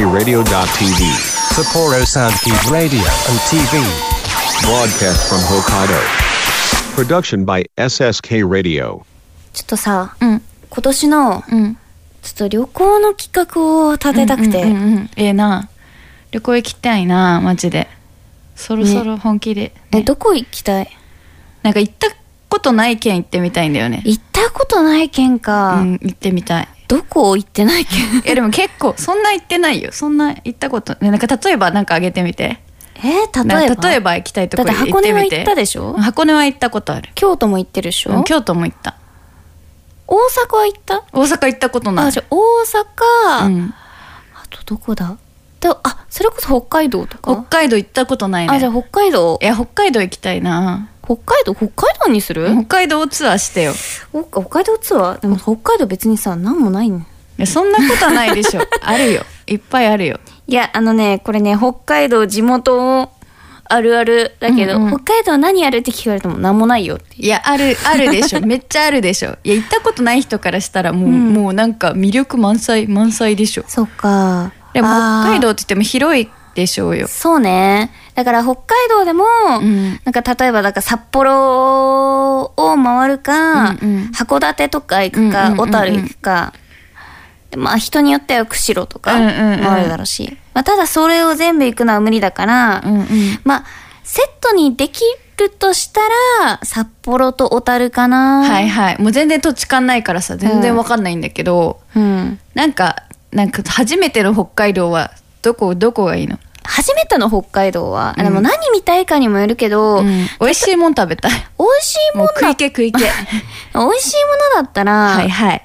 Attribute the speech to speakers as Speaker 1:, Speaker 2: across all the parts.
Speaker 1: SSKRadio.tv.
Speaker 2: Sapporo Soundkeep Radio and TV.
Speaker 1: Broadcast from Hokkaido. Production by SSK Radio.
Speaker 3: ちょっとさ、
Speaker 4: うん
Speaker 3: 今年の、
Speaker 4: うん
Speaker 3: ちょっと旅行の企画を立てたくて、
Speaker 4: うんうんうんええな旅行行きたいなマジでそろそろ本気で、
Speaker 3: え
Speaker 4: ね
Speaker 3: どこ行きたい
Speaker 4: なんか行ったことない県行ってみたいんだよね
Speaker 3: 行ったことない県
Speaker 4: う
Speaker 3: か、
Speaker 4: ん行ってみたい
Speaker 3: どこ行ってない県
Speaker 4: いやでも結構そんな行ってないよそんな行ったことねなんか例えばなんかあげてみて
Speaker 3: えー
Speaker 4: な
Speaker 3: 例
Speaker 4: ん
Speaker 3: え
Speaker 4: か
Speaker 3: ば
Speaker 4: 例えば行きたいとこ
Speaker 3: だって箱
Speaker 4: 行って
Speaker 3: 根は
Speaker 4: み
Speaker 3: 行
Speaker 4: て
Speaker 3: ったでしょ
Speaker 4: 箱根は行ったことある
Speaker 3: 京都も行ってるでしょ、
Speaker 4: うん京都も行った
Speaker 3: 大阪は行った
Speaker 4: 大阪行ったことない
Speaker 3: あじゃあ大阪、
Speaker 4: うん
Speaker 3: あとどこだであそれこそ北海道と
Speaker 4: 北
Speaker 3: か、
Speaker 4: 海道行ったことないね
Speaker 3: あじゃあ北海道
Speaker 4: いや北海道行きたいな
Speaker 3: 北海道北海道にする、
Speaker 4: 北海道ツアーしてよ
Speaker 3: そっか北海道ツアーでも北海道別にさ何もないね
Speaker 4: いやそんなことはない でしょあるよいっぱいあるよ
Speaker 3: いやあのねこれね北海道地元あるあるだけど、
Speaker 4: うんうん
Speaker 3: 北海道何あるって聞かれても何もないよって
Speaker 4: いやあるあるで しょめっちゃあるでしょいや行ったことない人からしたらもう、
Speaker 3: うん
Speaker 4: もうなんか魅力満載満載でしょ
Speaker 3: そうか
Speaker 4: でも北海道って言っても広いでしょうよ
Speaker 3: そうねだから北海道でも、
Speaker 4: うん
Speaker 3: なんか例えばだから札幌を回るか、
Speaker 4: うんうん
Speaker 3: 函館とか行くか、
Speaker 4: うんうんうんうん
Speaker 3: 小樽行くかでまあ人によっては釧路とか
Speaker 4: うんうんうん
Speaker 3: 回るだろうし、まあ、ただそれを全部行くのは無理だから、
Speaker 4: うんうん
Speaker 3: まあセットにできるとしたら札幌と小樽かな
Speaker 4: はいはいもう全然土地勘ないからさ全然わかんないんだけど、
Speaker 3: うん
Speaker 4: なんかなんか初めての北海道はどこどこがいいの、
Speaker 3: 初めての北海道は、
Speaker 4: うん
Speaker 3: でも何見たいかにもよるけど、
Speaker 4: うん美味しいもん食べた い
Speaker 3: 美味しいも
Speaker 4: もう
Speaker 3: の
Speaker 4: 食いけ食いけ
Speaker 3: 美味しいものだったら、
Speaker 4: はいはい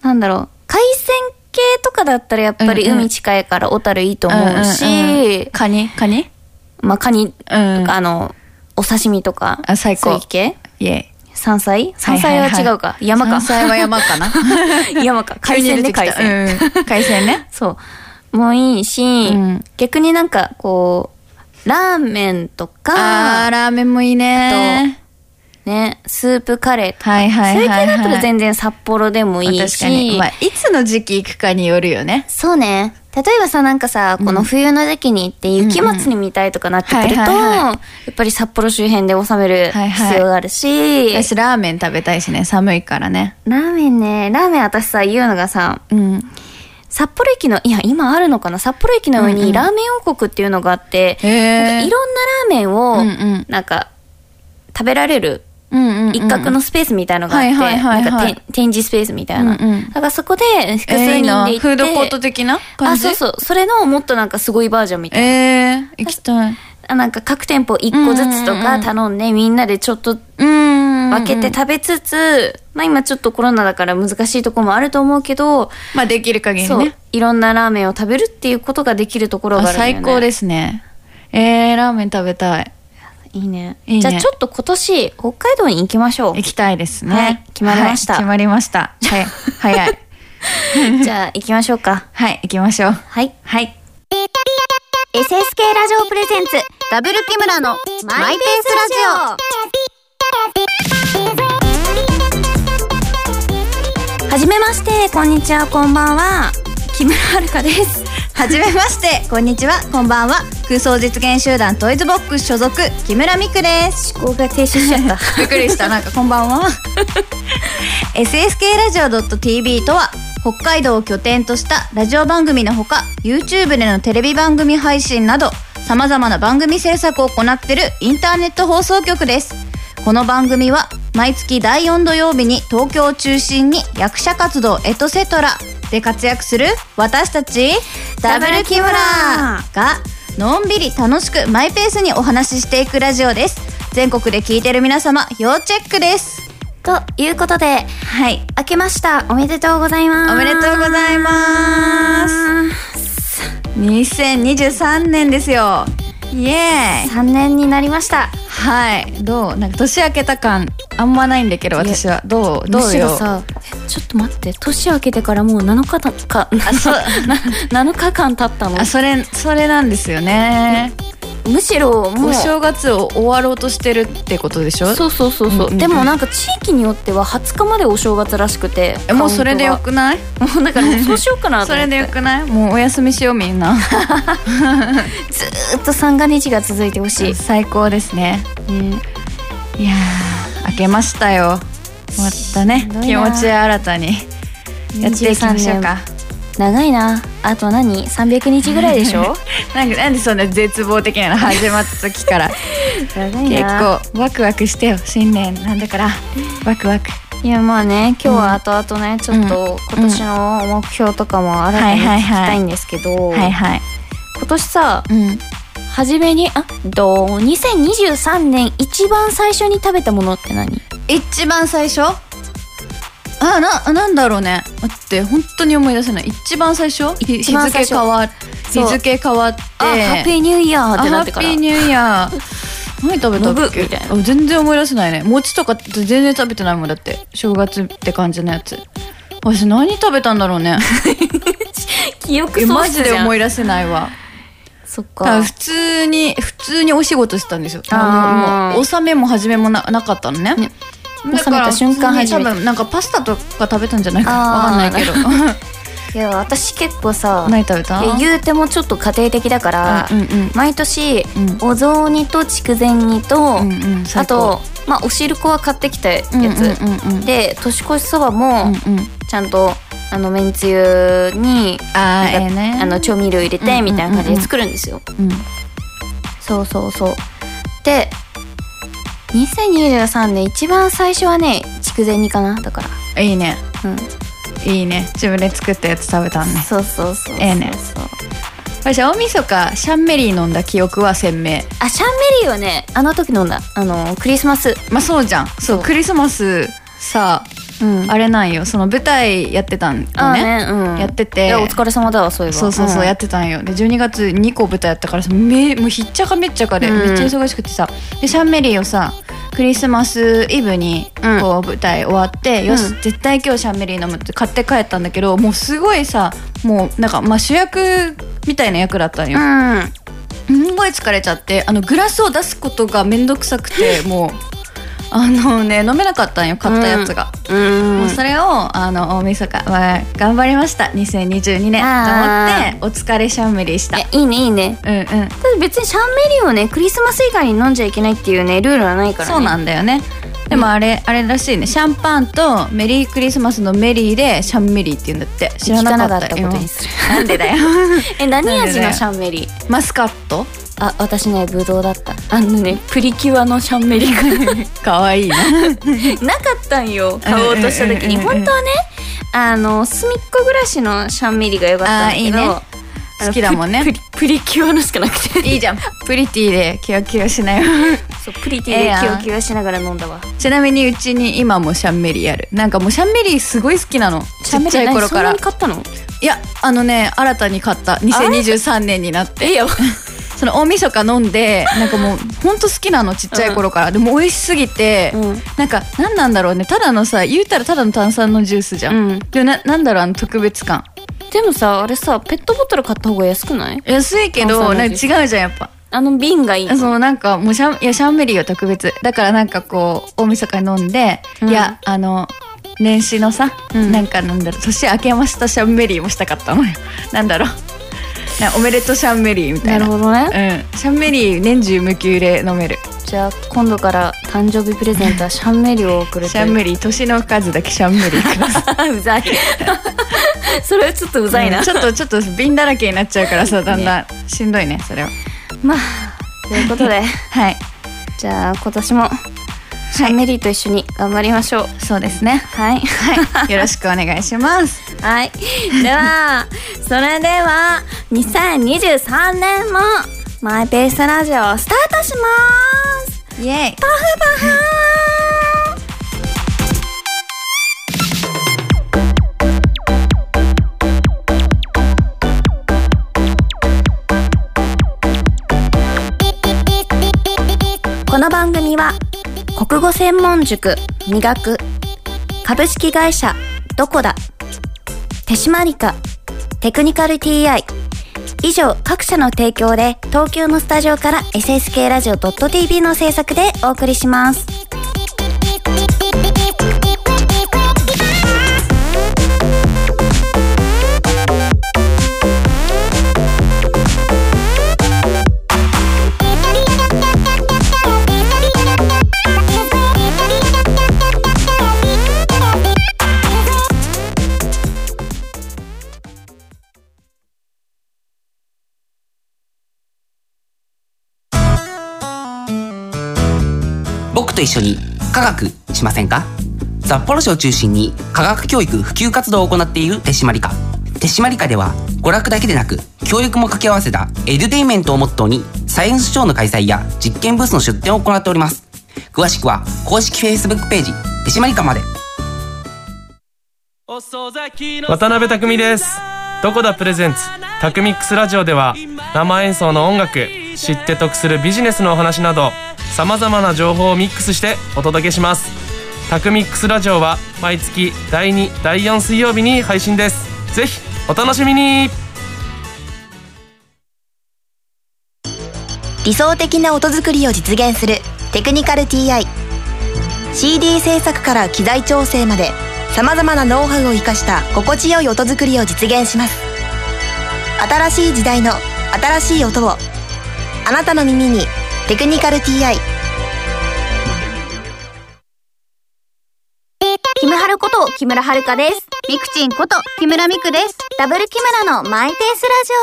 Speaker 3: なんだろう海鮮系とかだったらやっぱり
Speaker 4: うんうん
Speaker 3: 海近いから小樽いいと思うし、
Speaker 4: んうんカニカニ
Speaker 3: まあカニとか、
Speaker 4: うん
Speaker 3: あのお刺身とか
Speaker 4: あ最高
Speaker 3: そういう系
Speaker 4: イエイ
Speaker 3: 山菜山菜は違うか、
Speaker 4: いいい
Speaker 3: 山か
Speaker 4: 山菜は山かな
Speaker 3: 山か海鮮ね海
Speaker 4: 急に出てきた
Speaker 3: 鮮、
Speaker 4: うん海鮮ね
Speaker 3: そうもういいし、
Speaker 4: うん
Speaker 3: 逆になんかこうラーメンと
Speaker 4: あー
Speaker 3: か
Speaker 4: ラーメンもいいね
Speaker 3: ねスープカレーとか、
Speaker 4: はいはいはい、
Speaker 3: そう
Speaker 4: はい、
Speaker 3: いう系だったら全然札幌でもいいし
Speaker 4: 確かに、まあ、いつの時期行くかによるよね
Speaker 3: そうね。例えばさ、なんかさ、この冬の時期に行って雪祭りみたいとかなってくると、
Speaker 4: うんうんはいはいは
Speaker 3: や
Speaker 4: い
Speaker 3: っぱり札幌周辺で収める
Speaker 4: はいはい
Speaker 3: 必要があるし、
Speaker 4: 私ラーメン食べたいしね寒いからね
Speaker 3: ラーメンね、ラーメン私さ、言うのがさ、
Speaker 4: うん
Speaker 3: 札幌駅の、いや、今あるのかな札幌駅の上
Speaker 4: うんう
Speaker 3: に
Speaker 4: ん
Speaker 3: ラーメン王国っていうのがあって、
Speaker 4: へ
Speaker 3: なんかい
Speaker 4: え
Speaker 3: ろんなラーメンを、
Speaker 4: うんうん
Speaker 3: なんか、食べられる一
Speaker 4: 一
Speaker 3: 角のスペースみたいのがあって、
Speaker 4: はいはいはいはい
Speaker 3: なんかて展示スペースみたいな。
Speaker 4: うんうん
Speaker 3: だからそこで複数
Speaker 4: えーいい
Speaker 3: 人
Speaker 4: な
Speaker 3: で行って、
Speaker 4: フードコート的な感
Speaker 3: あ、
Speaker 4: じ
Speaker 3: そうそう。それのもっとなんかすごいバージョンみたいな。
Speaker 4: えー、行きたい
Speaker 3: あなんか各店舗1個ずつとか頼んでみんなでちょっと
Speaker 4: うん
Speaker 3: 分けて食べつつ、まあ今ちょっとコロナだから難しいとこもあると思うけど、
Speaker 4: まあできる限り
Speaker 3: そう
Speaker 4: ね、
Speaker 3: いろんなラーメンを食べるっていうことができるところがあ
Speaker 4: あ
Speaker 3: るんだよね。
Speaker 4: 最高ですねえー、ラーメン食べたい
Speaker 3: いいね。
Speaker 4: いいね
Speaker 3: じゃあちょっと今年北海道に行きましょう
Speaker 4: 行。きたいですね、
Speaker 3: はい決まりました
Speaker 4: はい決まりましたはい早い
Speaker 3: じゃあ行きましょうか。
Speaker 4: はい行きましょう
Speaker 3: はい。
Speaker 4: はい。
Speaker 5: SSK ラジオプレゼンツダブル木村のマイペースラ
Speaker 3: はじめまして、こんにちは、こんばんは。木村遥です。
Speaker 6: はじめまして、こんにちは、こんばんは。空想実現集団トイズボックス所属、木村美久です。
Speaker 3: 思考が停止しちゃった。
Speaker 6: びっくりした、なんかこんばんは。SSK ラジオ .tv とは、北海道を拠点としたラジオ番組のほか、YouTube でのテレビ番組配信など、様々な番組制作を行っているインターネット放送局です。この番組は、毎月第4土曜日に東京を中心に役者活動エトセトラで活躍する私たち、ダブル木村がのんびり楽しくマイペースにお話ししていくラジオです全国で聞いてる皆様要チェックです
Speaker 3: ということで、
Speaker 6: はい
Speaker 3: 明けました。おめでとうございます。
Speaker 6: おめでとうございます2023年ですよイエーイ
Speaker 3: 3年になりました
Speaker 6: はい
Speaker 4: どうなんか年明けた感あんまないんだけど私はどうど
Speaker 3: む
Speaker 4: う
Speaker 3: し
Speaker 4: よ
Speaker 3: ろさえちょっと待って年明けてからもう7日たか
Speaker 4: あそう
Speaker 3: 7日間経ったの
Speaker 4: あそれそれなんですよね
Speaker 3: むしろもう
Speaker 4: お正月を終わろうとしてるってことでしょ
Speaker 3: そうそうそうそう、
Speaker 4: うんうんうん
Speaker 3: でもなんか地域によっては20日までお正月らしくて
Speaker 4: えもうそれでよくない
Speaker 3: カウントがもうだからそうしようかなと
Speaker 4: そ
Speaker 3: 思っ
Speaker 4: れ
Speaker 3: て
Speaker 4: でよくないもうお休みしようみんな
Speaker 3: ずーっと三が日が続いてほしい、
Speaker 4: 最高ですね
Speaker 3: うん、
Speaker 4: いやー明けましたよまたね
Speaker 3: しんどい
Speaker 4: 気
Speaker 3: な
Speaker 4: 持ち新たにやっていきましょうか
Speaker 3: 長いなあと何300日ぐらいでし ょ
Speaker 4: なんかなんでそんな絶望的なの始まった時から
Speaker 3: 長 い
Speaker 4: 結
Speaker 3: な
Speaker 4: 構ワクワクしてよ新年なんだからワクワク
Speaker 3: いやまあね今日は後々ね、ちょっと今年の目標とかも新たに
Speaker 4: は
Speaker 3: 聞
Speaker 4: いはい
Speaker 3: き
Speaker 4: はい
Speaker 3: たいんですけど、
Speaker 4: はいはい
Speaker 3: 今年さ
Speaker 4: うん
Speaker 3: 初めにあどう2023年一番最初に食べたものって何
Speaker 6: 一番最初
Speaker 4: あななんだろうね待って本当に思い出せない一番最初日
Speaker 3: 一番最
Speaker 4: 付
Speaker 3: 初
Speaker 4: 変わ日
Speaker 3: そう
Speaker 4: 付変わって
Speaker 3: あ、ハッピーニューイヤーってなってから
Speaker 4: あハッピーニューイヤー 何食べた
Speaker 3: の
Speaker 4: っ
Speaker 3: ぶみ
Speaker 4: け
Speaker 3: たいな
Speaker 4: あ全然思い出せないね餅とかって全然食べてないもんだって正月って感じのやつ私何食べたんだろうね
Speaker 3: 記憶
Speaker 4: え
Speaker 3: 喪
Speaker 4: マジ
Speaker 3: 失
Speaker 4: で
Speaker 3: じゃ
Speaker 4: 思
Speaker 3: ん
Speaker 4: い出せないわ
Speaker 3: そっ
Speaker 4: だから
Speaker 3: か
Speaker 4: 普通に普通にお仕事してたんですよ
Speaker 3: あー
Speaker 4: もうもう納めも始めもななかったのね
Speaker 3: ね
Speaker 4: だから
Speaker 3: 納めた瞬間初めて
Speaker 4: 多分なんかパスタとか食べたんじゃないかなわ
Speaker 3: あ
Speaker 4: かん
Speaker 3: ー
Speaker 4: ないけど
Speaker 3: いや私結構さ
Speaker 4: 何食べ た
Speaker 3: いや言うてもちょっと家庭的だから、
Speaker 4: うんうんうん
Speaker 3: 毎年、
Speaker 4: うん
Speaker 3: お雑煮と筑前煮と、
Speaker 4: うんうん
Speaker 3: あ
Speaker 4: 最高
Speaker 3: と、まあ、お汁粉は買ってきたやつ、
Speaker 4: うんうんうんうん
Speaker 3: で年越しそばも、
Speaker 4: うんうん
Speaker 3: ちゃんとあのめんつゆに
Speaker 4: あー
Speaker 3: なん
Speaker 4: ええ
Speaker 3: か
Speaker 4: ね
Speaker 3: あの調味料入れ
Speaker 4: うんうん
Speaker 3: てみたいな感じで作るんですよ、
Speaker 4: うん
Speaker 3: そうそうそうで2023年一番最初はね筑前煮かなだから
Speaker 4: いいね
Speaker 3: うん
Speaker 4: いいね自分で作ったやつ食べたんね
Speaker 3: そうそうそうそう
Speaker 4: ええね
Speaker 3: そう
Speaker 4: 私大晦日シャンメリー飲んだ記憶は鮮明
Speaker 3: あシャンメリーはねあの時飲んだあのクリスマス
Speaker 4: まあそうじゃんそう
Speaker 3: そう
Speaker 4: クリスマスさ
Speaker 3: うん
Speaker 4: あれなんよその舞台やってたんよね
Speaker 3: あねうん
Speaker 4: やって
Speaker 3: い
Speaker 4: て
Speaker 3: やお疲れ様だわそういえば
Speaker 4: そうそうそう、
Speaker 3: ん
Speaker 4: やってたんよで12月2個舞台やったからさめもうひっちゃかめっちゃかで、
Speaker 3: うん
Speaker 4: めっちゃ忙しくてさでシャンメリーをさクリスマスイブに
Speaker 3: うん
Speaker 4: こう舞台終わって、よし絶対今日シャンメリー飲むって買って帰ったんだけどもうすごいさもうなんかまあ主役みたいな役だったんよ、
Speaker 3: うん
Speaker 4: すんごい疲れちゃってあのグラスを出すことがめんどくさくてもうあのね飲めなかったんよ買ったやつが、
Speaker 3: うん
Speaker 4: もうそれをあの大晦日は頑張りました2022年
Speaker 3: あ
Speaker 4: と思ってお疲れシャンメリーした
Speaker 3: いやいいねいいね
Speaker 4: うんうん
Speaker 3: ただ別にシャンメリーをねクリスマス以外に飲んじゃいけないっていうねルールはないからね
Speaker 4: そうなんだよねでもあれ、あれらしいねシャンパンとメリークリスマスのメリーでシャンメリーって言うんだって知らなかった
Speaker 3: 聞かなかったことにする
Speaker 4: 今なんでだよ
Speaker 3: え何
Speaker 4: なんで
Speaker 3: 味
Speaker 4: だよ
Speaker 3: のシャンメリー
Speaker 4: マスカット
Speaker 3: あ私ねブドウだったあのねプリキュアのシャンメリ ー
Speaker 4: かわいいな
Speaker 3: なかったんよ買おうとした時に
Speaker 4: うんうんうんう
Speaker 3: 本
Speaker 4: ん
Speaker 3: 当はねあの隅っこ暮らしのシャンメリーが良かったんだけど
Speaker 4: あーいいね
Speaker 3: あの
Speaker 4: 好きだもんね
Speaker 3: プリプリキュアのしかなくて
Speaker 4: いいじゃんプリティでキラキラし ない
Speaker 3: そうプリテ
Speaker 4: ええ
Speaker 3: ィ
Speaker 4: やん
Speaker 3: でキワキワしながら飲んだわ
Speaker 4: ちなみにうちに今もシャンメリーあるなんかもうシャンメリーすごい好きなのちっちゃい頃
Speaker 3: シャ
Speaker 4: から
Speaker 3: ンメリー何そんなに買ったの
Speaker 4: いやあのね新たに買った2023年になって その大晦日飲んでなんかもうほんと好きなのちっちゃい頃から、でも美味しすぎて、
Speaker 3: うん
Speaker 4: なんか何なんだろうねただのさ言うたらただの炭酸のジュースじゃん、
Speaker 3: うん
Speaker 4: でもななんだろうあの特別感
Speaker 3: でもさあれさペットボトル買った方が安くない
Speaker 4: 安いけ
Speaker 3: 炭
Speaker 4: ど
Speaker 3: 酸の
Speaker 4: なん
Speaker 3: ジ
Speaker 4: か違
Speaker 3: ュ
Speaker 4: う
Speaker 3: ー
Speaker 4: じゃんやっぱ
Speaker 3: あの瓶がいいの
Speaker 4: そうなんかもうシャンいやシャンメリーは特別だからなんかこう大晦日飲んで、
Speaker 3: うん
Speaker 4: いやあの年始のさ、
Speaker 3: うん
Speaker 4: なんかなんだろう年明けましたシャンメリーもしたかったのよ なんだろうなおめでとうシャンメリーみた
Speaker 3: ないる
Speaker 4: な
Speaker 3: ほどね
Speaker 4: うん、シャンメリー年中無休で飲める
Speaker 3: じゃあ今度から誕生日プレゼントはシャンメリーを送る
Speaker 4: シャ ンメリー年の数だけシャンメリーくだ さい
Speaker 3: うざい それはちょっとうざいな、
Speaker 4: うんちょっとちょっと瓶だらけになっちゃうからさだんだんしんどいねそれは
Speaker 3: まあということで
Speaker 4: はい
Speaker 3: じゃあ今年もシャンメリーと一緒に頑張りましょう
Speaker 4: そうですね
Speaker 3: はい
Speaker 4: はい よろしくお願いします
Speaker 3: はいではそれでは2023年もマイペースラジオスタートします
Speaker 4: イエイ
Speaker 3: この番組は国語専門塾磨く株式会社どこだ手締まりかテクニカル TI 以上、各社の提供で、東京のスタジオから SSK ラジオ .tv の制作でお送りします。
Speaker 7: 僕と一緒に科学しませんか札幌市を中心に科学教育普及活動を行っている手締まり課手締まり課では娯楽だけでなく教育も掛け合わせたエデュテインメントをモットーにサイエンスショーの開催や実験ブースの出展を行っております詳しくは公式 Facebook ページ手締まり課まで
Speaker 8: 渡辺匠ですどこだプレゼンツタクミックスラジオでは生演奏の音楽知って得するビジネスのお話などさまざまな情報をミックスしてお届けしますタクミックスラジオは毎月第2第4水曜日に配信ですぜひお楽しみに
Speaker 9: 理想的な音作りを実現するテクニカル TI CD 制作から機材調整までさまざまなノウハウを生かした心地よい音作りを実現します新しい時代の新しい音をあなたの耳に「テクニカル TI」
Speaker 3: キムハルこと木村遥です。
Speaker 6: ミクチンこと木村ミクです
Speaker 3: ダブル木村のマイペース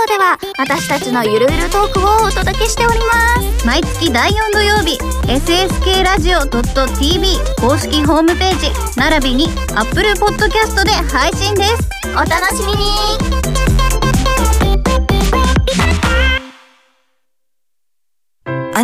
Speaker 3: ラジオでは、私たちのゆるゆるトークをお届けしております。
Speaker 6: 毎月第4土曜日 SSK ラジオ .tv 公式ホームページ並びに Apple Podcast で配信です
Speaker 3: お楽しみに
Speaker 9: あ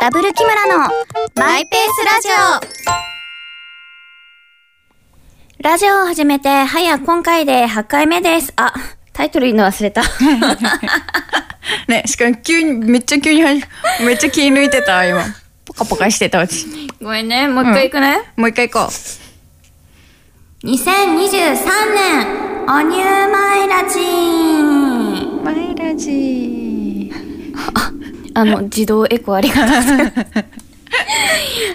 Speaker 3: ダブル木村のマイペースラジオラジオを始めて、はや今回で8回目です。あ、タイトル言うの忘れた。
Speaker 4: ねしかも急にめっちゃ急に入るめっちゃ気抜いてた今ポカポカしてたうち
Speaker 3: ごめんね、もう一回行くね。
Speaker 4: もう一回行こ
Speaker 3: 2023
Speaker 4: う
Speaker 3: 年、おニューマイラジー
Speaker 4: マイラジー
Speaker 3: あの、自動エコーありがとうございます。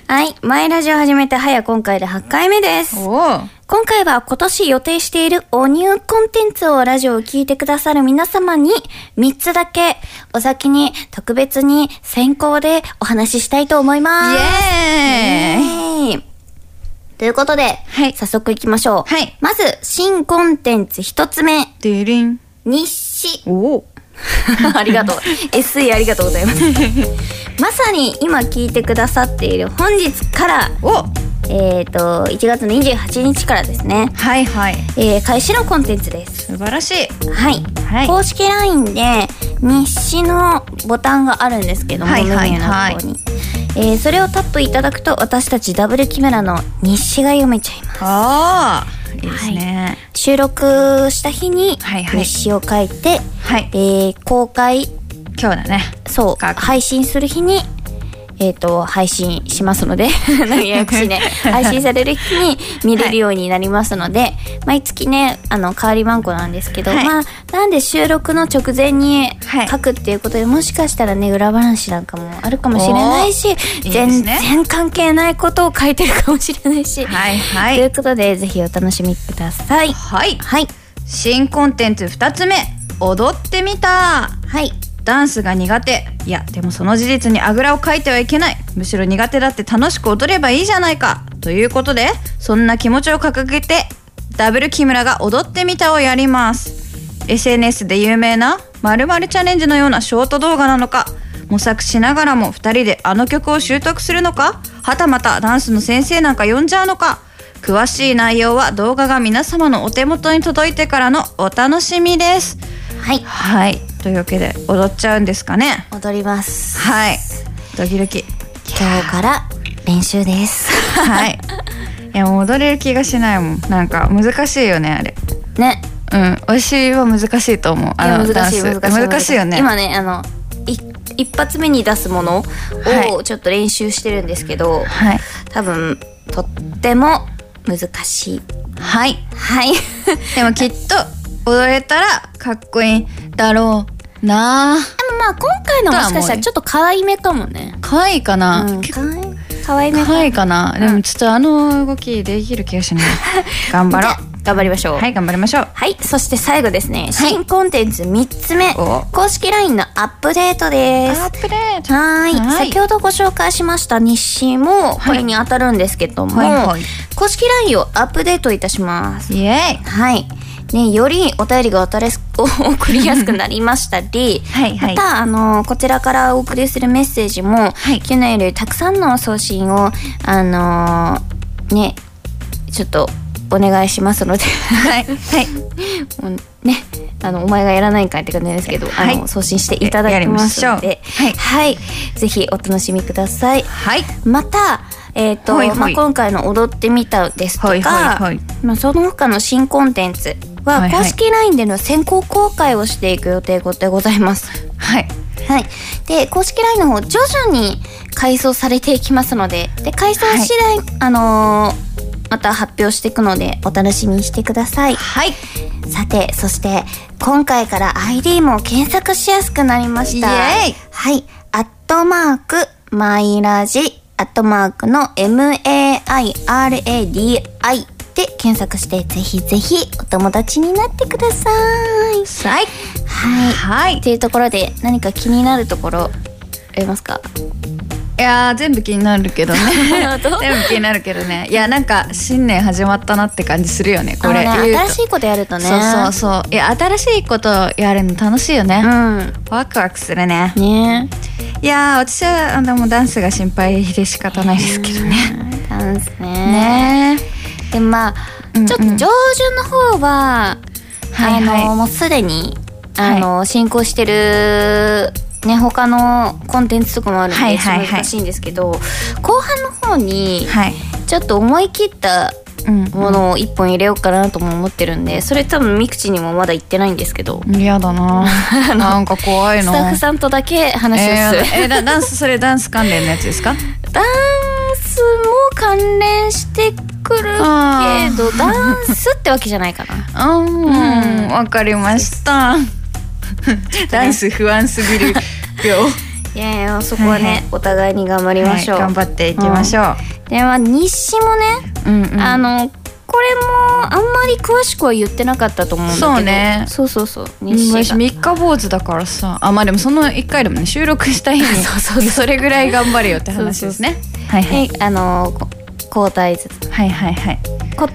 Speaker 3: はい、マイラジオ始めて、はや今回で8回目です。
Speaker 4: おお
Speaker 3: 今回は今年予定しているおニューコンテンツをラジオを聞いてくださる皆様に3つだけお先に特別に先行でお話ししたいと思います。イ
Speaker 4: エーイ
Speaker 3: エーイということで、
Speaker 4: はい
Speaker 3: 早速行きましょう。
Speaker 4: はい
Speaker 3: まず、新コンテンツ1つ目、
Speaker 4: デリン
Speaker 3: 日 誌。
Speaker 4: おお
Speaker 3: ありがとう。SE ありがとうござい ます。まさに今聞いてくださっている本日から、
Speaker 4: お
Speaker 3: えっ、と、1月28日からですね、
Speaker 4: はいはい
Speaker 3: えー開始のコンテンツです。
Speaker 4: 素晴らしい
Speaker 3: はい、
Speaker 4: はい
Speaker 3: 公式 LINE で日誌のボタンがあるんですけども、
Speaker 4: はいはい
Speaker 3: メニューのところに、えーそれをタップいただくと私たちダブルキメラの日誌が読めちゃいます
Speaker 4: ああいいですね
Speaker 3: 収録した日に
Speaker 4: はいはい
Speaker 3: 日誌を書いて、
Speaker 4: はい
Speaker 3: えー公開
Speaker 4: 今日だね
Speaker 3: そう
Speaker 4: 書く
Speaker 3: 配信する日にえー、と配信しますので 何ややこしい ね配信される日に見れるようになりますので、毎月ねあの変わりまんこなんですけど、
Speaker 4: はい
Speaker 3: まあなんで収録の直前に
Speaker 4: はい
Speaker 3: 書くっていうことで、もしかしたらね裏話なんかもあるかもしれないし
Speaker 4: ーいいです
Speaker 3: 全
Speaker 4: ね
Speaker 3: 然関係ないことを書いてるかもしれないし、
Speaker 4: はいは
Speaker 3: という
Speaker 4: い
Speaker 3: ことでぜひお楽しみください。
Speaker 4: はい
Speaker 3: はい、
Speaker 4: 新コンテンツ2つ目踊ってみた
Speaker 3: はい
Speaker 4: ダンスが苦手いやでもその事実にあぐらをかいてはいけないむしろ苦手だって楽しく踊ればいいじゃないかということでそんな気持ちを掲げてダブル木村が踊ってみたをやります SNS で有名な〇〇チャレンジのようなショート動画なのか模索しながらも2人であの曲を習得するのかはたまたダンスの先生なんか呼んじゃうのか詳しい内容は動画が皆様のお手元に届いてからのお楽しみです
Speaker 3: はい
Speaker 4: はいというわけで踊っちゃうんですかね
Speaker 3: 踊ります
Speaker 4: はいドキドキ
Speaker 3: 今日から練習です
Speaker 4: はいいやもう踊れる気がしないもんなんか難しい よねあれ
Speaker 3: ね
Speaker 4: うん美味しいは難しいと思う
Speaker 3: い
Speaker 4: あ
Speaker 3: や
Speaker 4: のダ
Speaker 3: 難
Speaker 4: ン
Speaker 3: しい
Speaker 4: ス
Speaker 3: 難しい
Speaker 4: 難しいよね
Speaker 3: 今ねあのい一発目に出すもの
Speaker 4: は
Speaker 3: をちょっと練習してるんですけど、
Speaker 4: はい
Speaker 3: 多分とっても難しい
Speaker 4: はい
Speaker 3: はい
Speaker 4: でもきっと踊れたらかっこいいだろうな
Speaker 3: まあ今回のもしかしたらちょっと可愛めかもね。
Speaker 4: 可愛いかな、
Speaker 3: うん、
Speaker 4: 結
Speaker 3: か
Speaker 4: 構
Speaker 3: わい可愛め
Speaker 4: 可愛いかな、でもちょっとあの動きできる気 がしない頑張ろう
Speaker 3: 頑張りましょう。
Speaker 4: はい頑張りましょう
Speaker 3: はい、そして最後ですね、新コンテンツ3つ目
Speaker 4: お
Speaker 3: 公式 LINE のアップデートです
Speaker 4: ア
Speaker 3: は
Speaker 4: ップデート
Speaker 3: ーい
Speaker 4: はい
Speaker 3: 先ほどご紹介しました日誌もこれに当たるんですけども、
Speaker 4: はいはい
Speaker 3: 公式 LINE をアップデートいたします
Speaker 4: イエーイ
Speaker 3: はいね、よりお便りが渡れす 送りやすくなりましたり、
Speaker 4: はいはい
Speaker 3: またあのこちらからお送りするメッセージも、去年よりたくさんの送信をあのねちょっとお願いしますので はい、はい、ねあのお前がやらないんかいって感じですけど、
Speaker 4: はい
Speaker 3: あの送信していただきますのではい、ぜひお楽しみください。
Speaker 4: はい
Speaker 3: またえーと
Speaker 4: はいはい
Speaker 3: まあ、今回の「踊ってみた」ですとか、
Speaker 4: はいはいはい
Speaker 3: まあ、その他の新コンテンツ
Speaker 4: は
Speaker 3: はい
Speaker 4: はい
Speaker 3: 公式 LINE での先行公開をしていく予定でございます。
Speaker 4: はい
Speaker 3: はい、で公式 LINE の方徐々に改装されていきますのでで改装次第、あのーまた発表していくのでお楽しみにしてください。
Speaker 4: はい
Speaker 3: さてそして今回から ID も検索しやすくなりました
Speaker 4: イエーイ
Speaker 3: はいアットマークマイラジアットマークの MAIRADI で検索してぜひぜひお友達になってください
Speaker 4: はい
Speaker 3: はい
Speaker 4: はい
Speaker 3: っていうところで何か気になるところありますか
Speaker 4: いやー全部気になるけどね 全部気になるけどねいやなんか新年始まったなって感じするよねこれ
Speaker 3: あの
Speaker 4: 言
Speaker 3: ね
Speaker 4: うと
Speaker 3: 新しいことやるとね
Speaker 4: そうそうそういや新しいことやるの楽しいよね、
Speaker 3: ん
Speaker 4: ワクワクするね
Speaker 3: ね
Speaker 4: いやー私はあのもうダンスが心配で仕方ないですけどね
Speaker 3: ダンスね
Speaker 4: ね
Speaker 3: でまあ、
Speaker 4: うんうん
Speaker 3: ちょっと上旬の方は
Speaker 4: はいはい
Speaker 3: あのもうすでに
Speaker 4: はい
Speaker 3: あの、進行してるね他のコンテンツとかもあるんで、
Speaker 4: はいはいは
Speaker 3: ちょっ
Speaker 4: い
Speaker 3: と難しいんですけど後半の方に
Speaker 4: はい
Speaker 3: ちょっと思い切った
Speaker 4: うん
Speaker 3: ものを一本入れようかなとも思ってるんでそれ多分ミクチにもまだ言ってないんですけど
Speaker 4: 嫌だな なんか怖い
Speaker 3: ス
Speaker 4: な
Speaker 3: タッフさんとだけ話をする、
Speaker 4: えーえーだダンスそれダンス関連のやつですか
Speaker 3: ダンスも関連してくるけ
Speaker 4: あー
Speaker 3: どダンスってわけじゃないかな
Speaker 4: うんわかりました、ダンス不安すぎ る病
Speaker 3: いやいやそこはね、
Speaker 4: はいはい
Speaker 3: お互いに頑張りましょう、
Speaker 4: はい頑張っていきましょう、
Speaker 3: でまあ日誌もね、
Speaker 4: うんうん
Speaker 3: あのこれもあんまり詳しくは言ってなかったと思うんだけど
Speaker 4: そうね
Speaker 3: そうそうそう
Speaker 4: うん
Speaker 3: 日誌
Speaker 4: 私
Speaker 3: が、
Speaker 4: 三日坊主だからさあまあでもその一回でもね収録した日にそうそう それぐらい頑張れよって話ですねはいは
Speaker 3: ね
Speaker 4: い
Speaker 3: あのこ交代ず
Speaker 4: はいはいはい
Speaker 3: こ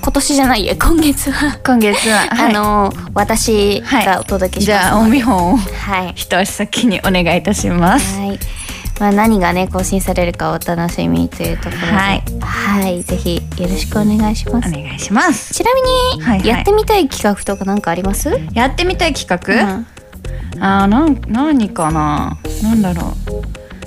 Speaker 3: 今年じゃないや今月は、
Speaker 4: 今月は、はい
Speaker 3: あの私がお届けし
Speaker 4: じ
Speaker 3: ます
Speaker 4: ゃあお
Speaker 3: ので、
Speaker 4: 見本
Speaker 3: は
Speaker 4: を
Speaker 3: いはい、
Speaker 4: 一足先にお願いいたします
Speaker 3: まあ、何がね更新されるかお楽しみというところで
Speaker 4: はい
Speaker 3: はいぜひよろしくお願いしま
Speaker 4: お
Speaker 3: す
Speaker 4: 願いします
Speaker 3: ちなみに、
Speaker 4: はいはい
Speaker 3: やってみたい企画とかなんかあります、うん
Speaker 4: やってみたい企画、あーなん何かななんだろう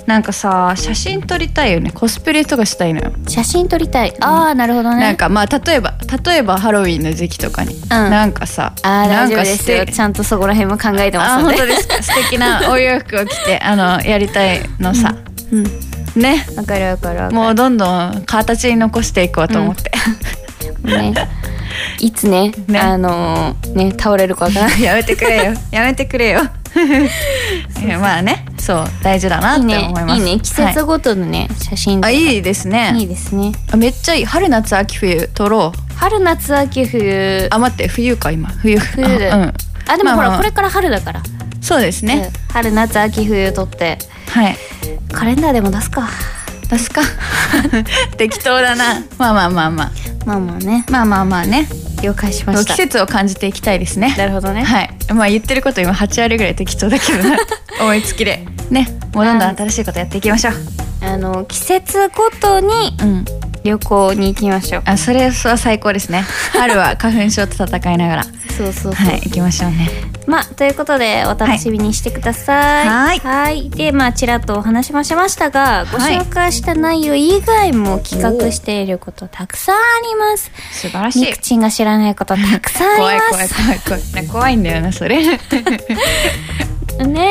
Speaker 4: なんかさ写真撮りたいよねコスプレとかしたいのよ、
Speaker 3: 写真撮りたいああなるほどね
Speaker 4: なんかまあ例えば例えばハロウィンの時期とかに、なんかさ
Speaker 3: あー大
Speaker 4: なん
Speaker 3: 丈夫
Speaker 4: か
Speaker 3: ですよ
Speaker 4: て
Speaker 3: ちゃんとそこら辺も考えて
Speaker 4: あ
Speaker 3: ま
Speaker 4: ー
Speaker 3: すの
Speaker 4: 本
Speaker 3: で
Speaker 4: 当ですか素 敵なお洋服を着てあのやりたいのさ、ね
Speaker 3: わかるわかるわかる
Speaker 4: もうどんどん形に残していこうと思って、
Speaker 3: ねいつね
Speaker 4: ね
Speaker 3: あのーね倒れるかわからない
Speaker 4: やめてくれよやめて くれよえまあねそう大事だな
Speaker 3: い
Speaker 4: っ
Speaker 3: い
Speaker 4: て
Speaker 3: ね
Speaker 4: 思いま
Speaker 3: い
Speaker 4: す
Speaker 3: いね季
Speaker 4: はい
Speaker 3: 節ごとのね、写真
Speaker 4: あいいですね
Speaker 3: いいですね
Speaker 4: あめっちゃいい春夏秋冬撮ろう
Speaker 3: 春夏秋冬
Speaker 4: あ待って冬か今冬冬
Speaker 3: で
Speaker 4: うん
Speaker 3: あでもほ
Speaker 4: まあまあ
Speaker 3: らこれから春だから
Speaker 4: そうですね、
Speaker 3: うん春夏秋冬撮って
Speaker 4: はい
Speaker 3: カレンダーでも出すか
Speaker 4: 出すか 適当だなまあまあまあまあ
Speaker 3: まあまあね
Speaker 4: まあまあまあね
Speaker 3: 了解しま
Speaker 4: 季
Speaker 3: した
Speaker 4: 節を感じていきたいですね
Speaker 3: なるほどね
Speaker 4: はい、まあ言ってること今8割ぐらい適当だけど な思いつきでねもうどんどん新しいことやっていきましょう
Speaker 3: あの季節ごとに
Speaker 4: うん
Speaker 3: 旅行に行きましょう
Speaker 4: あそ れは最高ですね春は花粉症と戦いながら
Speaker 3: そうそうそう
Speaker 4: はい行きましょうね
Speaker 3: まあということでお楽しみにしてください。
Speaker 4: はい
Speaker 3: はいでまあちらっとお話もしましたが、ご
Speaker 4: はい
Speaker 3: 紹介した内容以外も企画していることたくさんあります。
Speaker 4: 素晴らし
Speaker 3: み
Speaker 4: い
Speaker 3: く。ちんが知らないことたくさんあ
Speaker 4: 怖
Speaker 3: り
Speaker 4: い
Speaker 3: ます。
Speaker 4: 怖い怖い怖い。ね怖いんだよなそれ。
Speaker 3: ね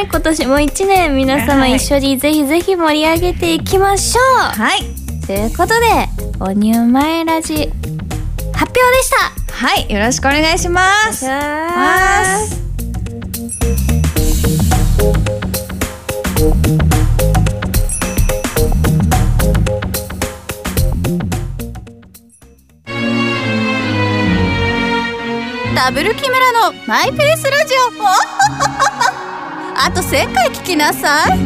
Speaker 3: 今年も一年皆様一緒にぜひぜひ盛り上げていきましょう、
Speaker 4: はい
Speaker 3: ということで「おにゅうまえラジ」発表でした
Speaker 4: はいよろしくお願いします。ます
Speaker 6: ダブル木村のマイペースラジオあと1000回聞きなさい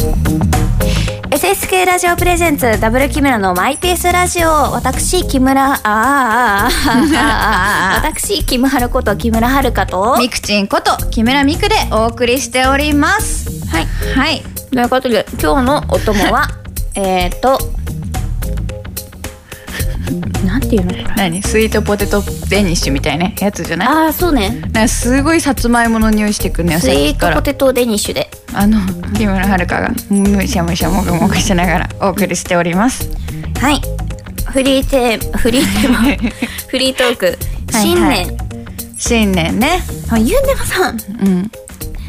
Speaker 3: 「SSK ラジオプレゼンツダブル木村のマイペースラジオ」私木村あーあーあーあーあ ー私木村春子と木村遥と
Speaker 4: みくちんこと木村みくでお送りしております。
Speaker 3: はい
Speaker 4: はい。
Speaker 3: ということで今日のお供 はえっとなんていうのこれ
Speaker 4: 何スイートポテトデニッシュみたいなやつじゃない？
Speaker 3: ああそうね
Speaker 4: なんかすごいさつまいもの匂いしてくるね
Speaker 3: ス
Speaker 4: さっ
Speaker 3: イー
Speaker 4: きか
Speaker 3: トポ
Speaker 4: ら
Speaker 3: テトデニッシュで
Speaker 4: あの木村遥がむしゃむしゃもぐもぐしながらお送りしております
Speaker 3: はい。フリーテーマ、フリーテーマ、 フリートーク。
Speaker 4: はい
Speaker 3: 新
Speaker 4: はい
Speaker 3: 年。
Speaker 4: 新年ね
Speaker 3: あゆうねまさん、
Speaker 4: うん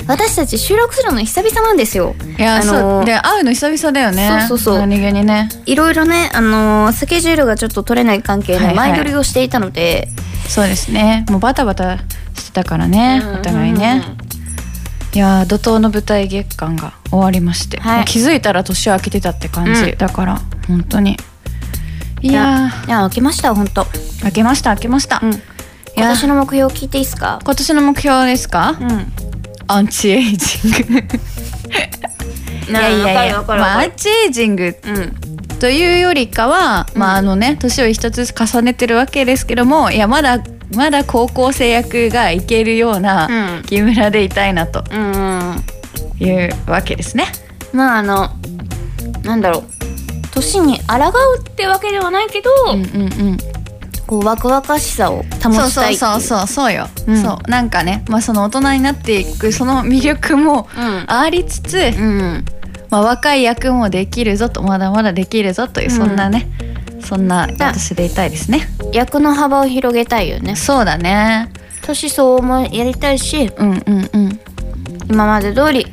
Speaker 3: 私たち収録するの久々なんですよ。
Speaker 4: いや、
Speaker 3: あのー
Speaker 4: そうで会うの久々だよね
Speaker 3: そうそうそう
Speaker 4: 何気にね
Speaker 3: いろいろね、あのースケジュールがちょっと取れない関係
Speaker 4: はい
Speaker 3: で
Speaker 4: はい
Speaker 3: 前撮りをしていたので、
Speaker 4: そうですねもうバタバタしてたからね
Speaker 3: うん
Speaker 4: お互いね、いやー怒涛の舞台月間が終わりまして、
Speaker 3: はい
Speaker 4: もう気づいたら年明けてたって感じ、
Speaker 3: うん
Speaker 4: だから本当にい
Speaker 3: いや
Speaker 4: や、
Speaker 3: いや、開けました、本当。
Speaker 4: ー明けました明けました、
Speaker 3: うん
Speaker 4: いや
Speaker 3: 今年の目標聞いていいですか。
Speaker 4: 今年の目標ですか、
Speaker 3: うん。
Speaker 4: アンチエイジング
Speaker 3: いやいやいや、
Speaker 4: まあ、アンチエイジング
Speaker 3: うん。
Speaker 4: というよりかは、まああのね年を一つずつ重ねてるわけですけどもいやまだまだ高校生役がいけるような
Speaker 3: うん。
Speaker 4: 木村でいたいなと
Speaker 3: うん。
Speaker 4: いうわけですね。
Speaker 3: まあ、あの、なんだろう。年に抗うってわけではないけど、
Speaker 4: うんうんうん、
Speaker 3: こうワクワクしさを保ちたいってい
Speaker 4: そうそうそう
Speaker 3: う。
Speaker 4: そうそうよ、
Speaker 3: うん
Speaker 4: そうなんかね、まあ、その大人になっていくその魅力も
Speaker 3: うん。
Speaker 4: ありつつ、
Speaker 3: うん。
Speaker 4: まあ、若い役もできるぞとまだまだできるぞというそんなね、そんな私でいたいですね。
Speaker 3: 役の幅を広げたいよね
Speaker 4: そうだね
Speaker 3: 年相応もやりたいし
Speaker 4: うんうんうん
Speaker 3: 今まで通り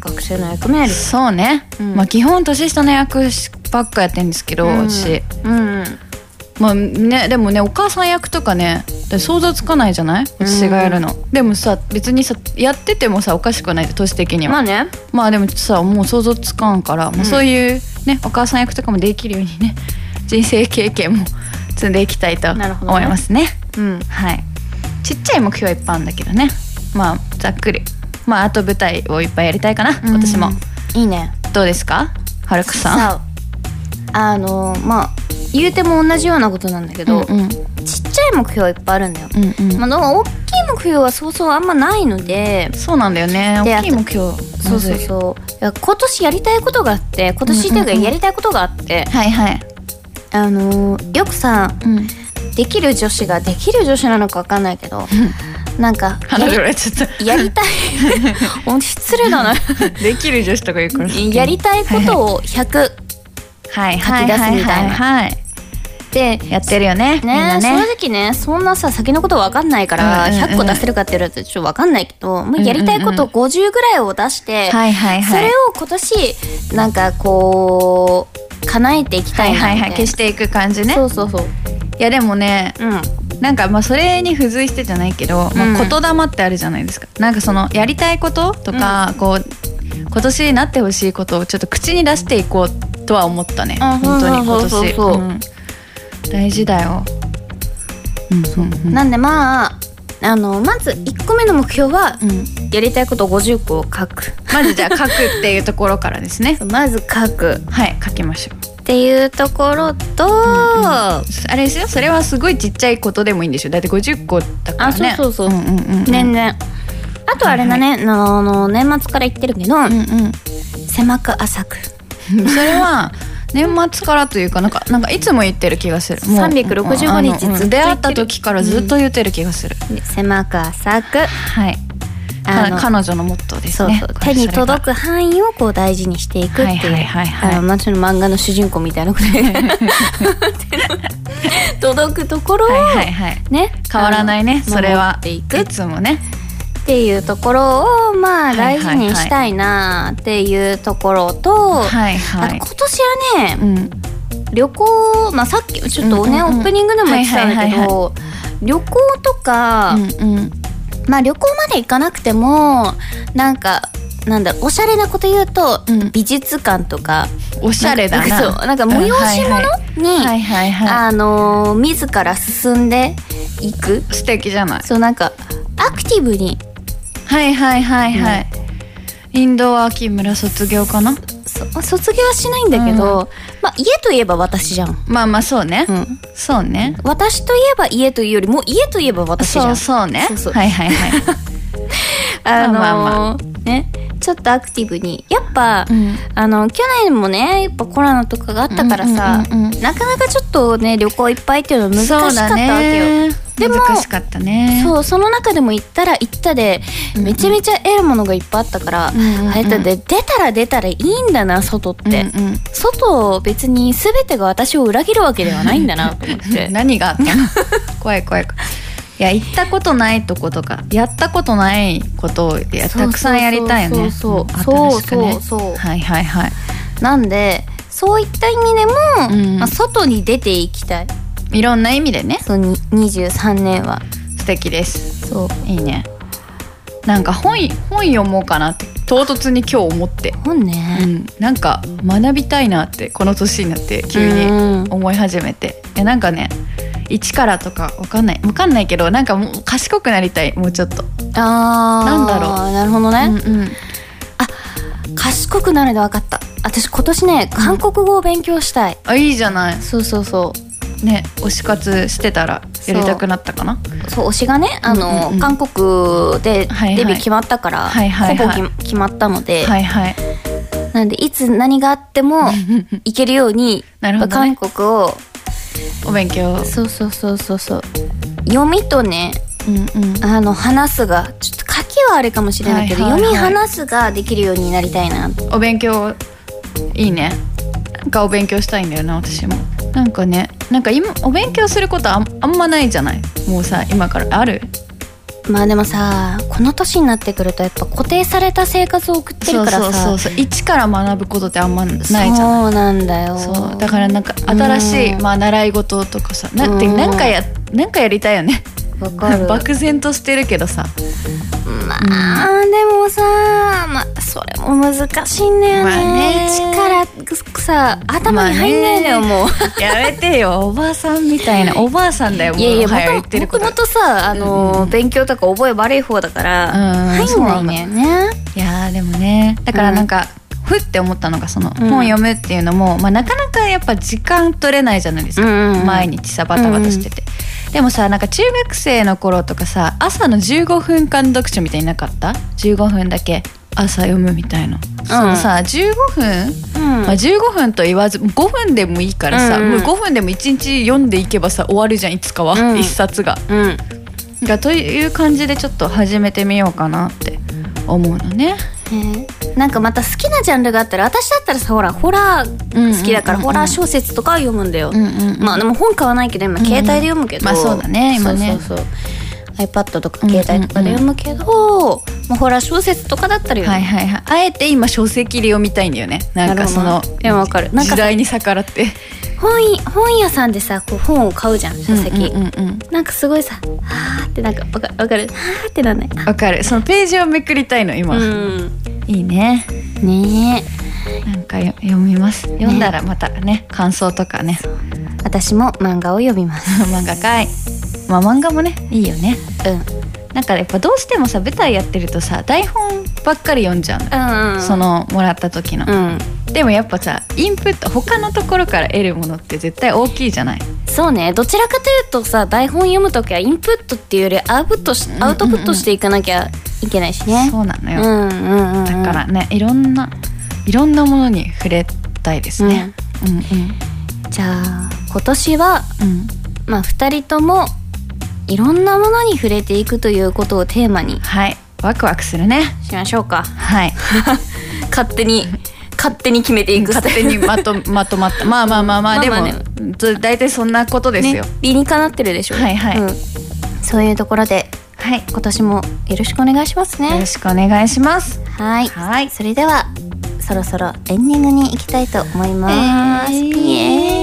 Speaker 3: 学生の役もやる
Speaker 4: そうね、
Speaker 3: うん
Speaker 4: まあ基本年下の役ばっかやってんですけど、
Speaker 3: うん
Speaker 4: 私
Speaker 3: うん
Speaker 4: まあねでもねお母さん役とかねだ想像つかないじゃない私がやるの、でもさ別にさやっててもさおかしくない年的には
Speaker 3: ま
Speaker 4: ま
Speaker 3: あ
Speaker 4: あ、
Speaker 3: ね
Speaker 4: でもさもう想像つかんから、まあ、そういうねお母さん役とかもできるようにね人生経験も積んでいきたいと
Speaker 3: なるほどね
Speaker 4: 思いますね
Speaker 3: うん
Speaker 4: はいちっちゃい目標はいっぱいあるんだけどねまあざっくりまああと舞台をいっぱいやりたいかな、今年も
Speaker 3: いいね
Speaker 4: どうですかはるかさん
Speaker 3: さああのーまあ言うても同じようなことなんだけど、
Speaker 4: うんうん
Speaker 3: ちっちゃい目標はいっぱいあるんだよ、
Speaker 4: うんうん
Speaker 3: まあ、でも大きい目標はそうそうあんまないので
Speaker 4: そうなんだよね
Speaker 3: で
Speaker 4: 大きい目標
Speaker 3: そうそう
Speaker 4: う
Speaker 3: そういや今年やりたいことがあって今年というかやりたいことがあって、
Speaker 4: はいはい、
Speaker 3: あのーよくさ
Speaker 4: うん、
Speaker 3: できる女子ができる女子なのかわかんないけど、なんかや
Speaker 4: 鼻
Speaker 3: り
Speaker 4: が折れちゃっ
Speaker 3: やりたい 本当失礼だな
Speaker 4: たできる女子とか言うから
Speaker 3: やりたいことを100
Speaker 4: はい
Speaker 3: 書き出すみたいな
Speaker 4: はいはい
Speaker 3: で
Speaker 4: やってるよねみん
Speaker 3: ね
Speaker 4: な
Speaker 3: 正
Speaker 4: ね
Speaker 3: 直ねそんなさ先のこと分かんないから
Speaker 4: うんうんうん
Speaker 3: 100個出せるかって言われたらちょっと分かんないけど、まあ、やりたいこと50ぐらいを出して、
Speaker 4: はいはい
Speaker 3: そ
Speaker 4: はい
Speaker 3: れを今年なんかこう叶えていきた
Speaker 4: はいい
Speaker 3: な
Speaker 4: はいは
Speaker 3: みた
Speaker 4: い消していく感じね
Speaker 3: そうそうそう
Speaker 4: いやでもね
Speaker 3: うん
Speaker 4: なんかまあそれに付随してじゃないけど、まあ、
Speaker 3: うん
Speaker 4: 言霊ってあるじゃないですか、なんかそのやりたいこととか、こう今年になってほしいことをちょっと口に出していこうとは思ったね
Speaker 3: あ
Speaker 4: 本当に今
Speaker 3: そうそうそう
Speaker 4: 年
Speaker 3: そうそう
Speaker 4: うん大事だよ、うんうんうん
Speaker 3: なんでまああのまず1個目の目標は
Speaker 4: うん
Speaker 3: やりたいこと50個を書く
Speaker 4: まずじゃあ書くっていうところからですね
Speaker 3: まず書く
Speaker 4: はい書きましょう
Speaker 3: っていうところと、
Speaker 4: あれですよそれはすごいちっちゃいことでもいいんでしょだって50個だからね
Speaker 3: あそうそうそう
Speaker 4: うんうんうんうん
Speaker 3: 年々あとあれだね、あの年末から言ってるけど、
Speaker 4: うんうん
Speaker 3: 狭く浅く
Speaker 4: それは年末からというかなんかなんかいつも言ってる気がするもう
Speaker 3: 365日ずっと言ってる
Speaker 4: あの出会った時からずっと言ってる気がする、
Speaker 3: 狭く浅く
Speaker 4: はい
Speaker 3: あ
Speaker 4: か
Speaker 3: の
Speaker 4: 彼女のモットーです
Speaker 3: そう
Speaker 4: ね
Speaker 3: そう
Speaker 4: これ
Speaker 3: 手に
Speaker 4: それが
Speaker 3: 届く範囲をこう大事にしていくっていう、
Speaker 4: はいはいはいはい
Speaker 3: あのまあその漫画の主人公みたいな ことで届くところを、
Speaker 4: はいはいはい
Speaker 3: ね
Speaker 4: 変わらないね
Speaker 3: あの
Speaker 4: それは
Speaker 3: 守って
Speaker 4: い
Speaker 3: いくっ
Speaker 4: つもね
Speaker 3: ていうところをまあ
Speaker 4: はい
Speaker 3: 大
Speaker 4: はいは
Speaker 3: 事
Speaker 4: い
Speaker 3: にしたいなっていうところと、
Speaker 4: はい
Speaker 3: あと
Speaker 4: はい
Speaker 3: 今年はね、
Speaker 4: うん
Speaker 3: 旅行まあさっきちょっとね、
Speaker 4: うんうんうん
Speaker 3: オープニングでも言ってたんだけど、
Speaker 4: はいはいは
Speaker 3: 旅行とか、
Speaker 4: うんうん
Speaker 3: まあ旅行まで行かなくてもなんかなんだおしゃれなこと言うと、
Speaker 4: うん
Speaker 3: 美術館とか
Speaker 4: おしゃれだな
Speaker 3: そうなんか催し
Speaker 4: うんはいは
Speaker 3: 物に、
Speaker 4: いはいはいは
Speaker 3: あのー自ら進んでいく
Speaker 4: い素敵じゃない
Speaker 3: そうなんかアクティブに
Speaker 4: はいはいはいはい、インドは秋村卒業かな
Speaker 3: そ卒業はしないんだけど、まあ家といえば私じゃん、
Speaker 4: まあまあそうね、
Speaker 3: うん、
Speaker 4: そうね
Speaker 3: 私といえば家というよりも家といえば私じゃ
Speaker 4: そ
Speaker 3: ん
Speaker 4: うそうね
Speaker 3: そうそう
Speaker 4: はいはい はい、
Speaker 3: あのー
Speaker 4: まあま
Speaker 3: ねちょっとアクティブにやっぱ、
Speaker 4: うん
Speaker 3: あの去年もねやっぱコロナとかがあったからさ、
Speaker 4: うんうんうんうん
Speaker 3: なかなかちょっとね旅行いっぱいっていうのは難しかったわけよで
Speaker 4: でも
Speaker 3: も
Speaker 4: 難しかったね
Speaker 3: そうその中でも行ったら行ったでめちゃめちゃ得るものがいっぱいあったから、
Speaker 4: んうんうん
Speaker 3: あれだって出たら出たらいいんだな外って、
Speaker 4: うんうん
Speaker 3: 外を別に全てが私を裏切るわけではないんだなと思っ て
Speaker 4: 何があったの怖い怖い怖いいや行ったことないとことかやったことないことをい
Speaker 3: そうそう
Speaker 4: や
Speaker 3: そう
Speaker 4: たくさんやりたいよね
Speaker 3: そうそう
Speaker 4: うん新しくね
Speaker 3: そうそうそう
Speaker 4: はいはいはい
Speaker 3: なんでそういった意味でも、
Speaker 4: うん
Speaker 3: まあ、外に出ていきたい
Speaker 4: いろんな意味でね
Speaker 3: そうに23年は
Speaker 4: 素敵です
Speaker 3: そう
Speaker 4: いいねなんか本本読もうかなって唐突に今日思って、
Speaker 3: 本
Speaker 4: う
Speaker 3: ね、
Speaker 4: ん、なんか学びたいなってこの年になって急に
Speaker 3: うん
Speaker 4: 思い始めていやなんかね一からとかわかんないわかんないけどなんかもう賢くなりたいもうちょっと、
Speaker 3: あー
Speaker 4: なんだろう
Speaker 3: なるほどね、
Speaker 4: うんうん、
Speaker 3: 賢くなるで分かった私今年ね韓国語を勉強したい、
Speaker 4: あいいじゃない
Speaker 3: そうそうそう
Speaker 4: ね推し活してたらやりたくなったかな
Speaker 3: そう推しがねあの、
Speaker 4: うんうんうん
Speaker 3: 韓国で
Speaker 4: はいはい
Speaker 3: デビュー決まったから、
Speaker 4: はいはいはい
Speaker 3: ほぼき決まったので、
Speaker 4: はいはい
Speaker 3: なんでいつ何があっても行けるように
Speaker 4: なるほど
Speaker 3: 韓
Speaker 4: ね
Speaker 3: 国を
Speaker 4: お勉強
Speaker 3: そうそうそうそうそう読みとね
Speaker 4: うんうん
Speaker 3: あの話すがちょっと書きはあれかもしれないけど、
Speaker 4: はいはいはい
Speaker 3: 読み話すができるようになりたいな
Speaker 4: お勉強いいねなんかお勉強したいんだよな私もなんかねなんか今お勉強することあんあんまないじゃないもうさ今からある
Speaker 3: まあでもさこの年になってくるとやっぱ固定された生活を送ってるからさ
Speaker 4: そうそうそうそう一から学ぶことってあんまないじゃない
Speaker 3: そうなんだよ
Speaker 4: そうだからなんか新しい、
Speaker 3: うん
Speaker 4: まあ、習い事とかさなんて
Speaker 3: うん
Speaker 4: なんかやなんかやりたいよね
Speaker 3: わかる
Speaker 4: 漠然としてるけ どさ
Speaker 3: まあでもさまあそれも難しいんだよね,、
Speaker 4: まあね
Speaker 3: 力さ頭に入んないのよ、
Speaker 4: まあね
Speaker 3: もう
Speaker 4: やめてよおばあさんみたいなおばあさんだよもう
Speaker 3: いやいや
Speaker 4: は言
Speaker 3: も
Speaker 4: ってる
Speaker 3: と
Speaker 4: こと
Speaker 3: もとさあのー、勉強とか覚え悪い方だから、
Speaker 4: うんそうな
Speaker 3: 入
Speaker 4: ん
Speaker 3: ん
Speaker 4: だ
Speaker 3: ないんだよね
Speaker 4: いやーでもねだからなんか、ふって思ったのがその、
Speaker 3: ん
Speaker 4: 本読むっていうのも、まあ、なかなかやっぱ時間取れないじゃないですか、
Speaker 3: うんうん
Speaker 4: 毎日さバタバタしてて、でもさなんか中学生の頃とかさ朝の15分間読書みたいになかった15分だけ朝読むみたいな、そのさ15分、まあ、15分と言わず5分でもいいからさ、
Speaker 3: うんうん
Speaker 4: もう5分でも1日読んでいけばさ終わるじゃんいつかは、
Speaker 3: うん
Speaker 4: 一冊が。
Speaker 3: うん
Speaker 4: がという感じでちょっと始めてみようかなって思うのね。
Speaker 3: ねなんかまた好きなジャンルがあったら私だったらさほらホラ
Speaker 4: うんうんうん
Speaker 3: ー好きだから、ホラー小説とかは読むんだよ、
Speaker 4: うんうんうん
Speaker 3: まあでも本買わないけど今携帯で読むけど、
Speaker 4: まあそうだね今ね
Speaker 3: そうそうそう iPad とか携帯とかで読むけど、まあ、ホラー小説とかだったら読む、
Speaker 4: はいはいはい。あえて今書籍で読みたいんだよね。なんかそ
Speaker 3: な
Speaker 4: の
Speaker 3: るほどでもわかるなんか
Speaker 4: 時代に逆らって。
Speaker 3: 本い本屋さんでさこう本を買うじゃん書籍、
Speaker 4: うんうんうん
Speaker 3: なんかすごいさはーってなんかわかわかるはーってなんない
Speaker 4: わかる。そのページをめくりたいの今。
Speaker 3: うん
Speaker 4: いいね。
Speaker 3: ねえ
Speaker 4: なんかよ読みます。読んだらまたね感想とかね。
Speaker 3: 私も漫画を読みます
Speaker 4: 漫画かい。まあ漫画もねいいよね。
Speaker 3: うん
Speaker 4: なんかやっぱどうしてもさ舞台やってるとさ台本ばっかり読んじゃうの。
Speaker 3: うん
Speaker 4: そのもらった時の、
Speaker 3: うん
Speaker 4: でもやっぱさインプット他のところから得るものって絶対大きいじゃない
Speaker 3: そうねどちらかというとさ台本読むときはインプットっていうよりアウトプットしアウトプットしていかなきゃいけないしね
Speaker 4: そうなの
Speaker 3: う
Speaker 4: よ、
Speaker 3: んうんうんうん
Speaker 4: だからねいろんないろんなものに触れたいですね、うんうん
Speaker 10: じゃあ今年は
Speaker 4: うん
Speaker 10: まあ2人ともいろんなものに触れていくということをテーマに
Speaker 4: はいワクワクするね
Speaker 10: しましょうか
Speaker 4: はい
Speaker 10: 勝手に勝手に決めていく
Speaker 4: 勝手にま とまとまったまあまあまあま
Speaker 10: まあ
Speaker 4: あ、
Speaker 10: まあ
Speaker 4: でもず大体そんなことです
Speaker 10: ね
Speaker 4: よ、
Speaker 10: 理にかなってるでしょ
Speaker 4: はいはい
Speaker 10: うんそういうところで
Speaker 4: はい
Speaker 10: 今年もよろしくお願いします
Speaker 4: よ
Speaker 10: ね
Speaker 4: ろしくお願いします
Speaker 10: はい
Speaker 4: はい
Speaker 10: それではそろそろエンディングに行きたいと思います、
Speaker 4: えー
Speaker 10: ピエー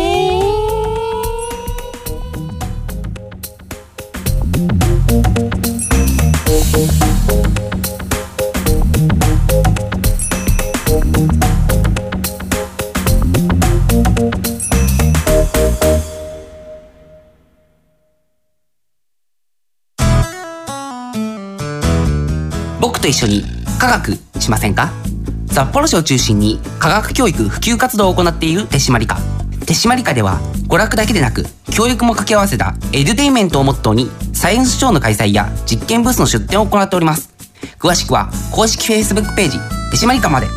Speaker 7: 僕と一緒に科学しませんか札幌市を中心に科学教育普及活動を行っている手締まり課手締まり課では娯楽だけでなく教育も掛け合わせたエデュテインメントをモットーにサイエンスショーの開催や実験ブースの出展を行っております詳しくは公式 Facebook ページ手締まり課まで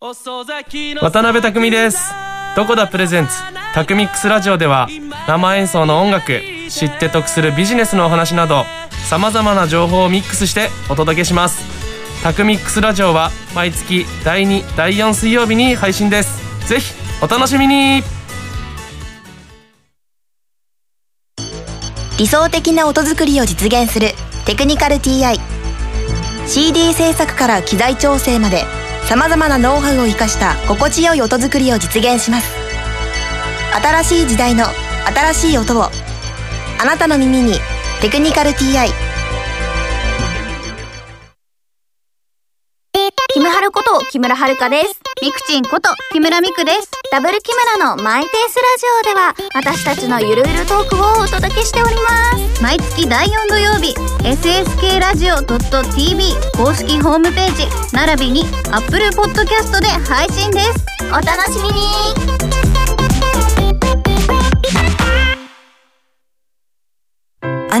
Speaker 8: 渡辺匠ですどこだプレゼンツタクミックスラジオでは生演奏の音楽知って得するビジネスのお話などさまざまな情報をミックスしてお届けしますタクミックスラジオは毎月第2第4水曜日に配信ですぜひお楽しみに
Speaker 9: 理想的な音作りを実現するテクニカル TI CD 制作から機材調整までさまざまなノウハウを生かした心地よい音作りを実現します新しい時代の新しい音をあなたの耳に「テクニカル TI
Speaker 3: キムハルこと木村遥です。ミクチンこと木村ミクです。ダブル木村のマイペースラジオでは私たちのゆるゆるトークをお届けしております。毎月第4土曜日、SSK ラジオ .tv 公式ホームページ、並びに Apple Podcast で配信です。お楽しみに
Speaker 11: あ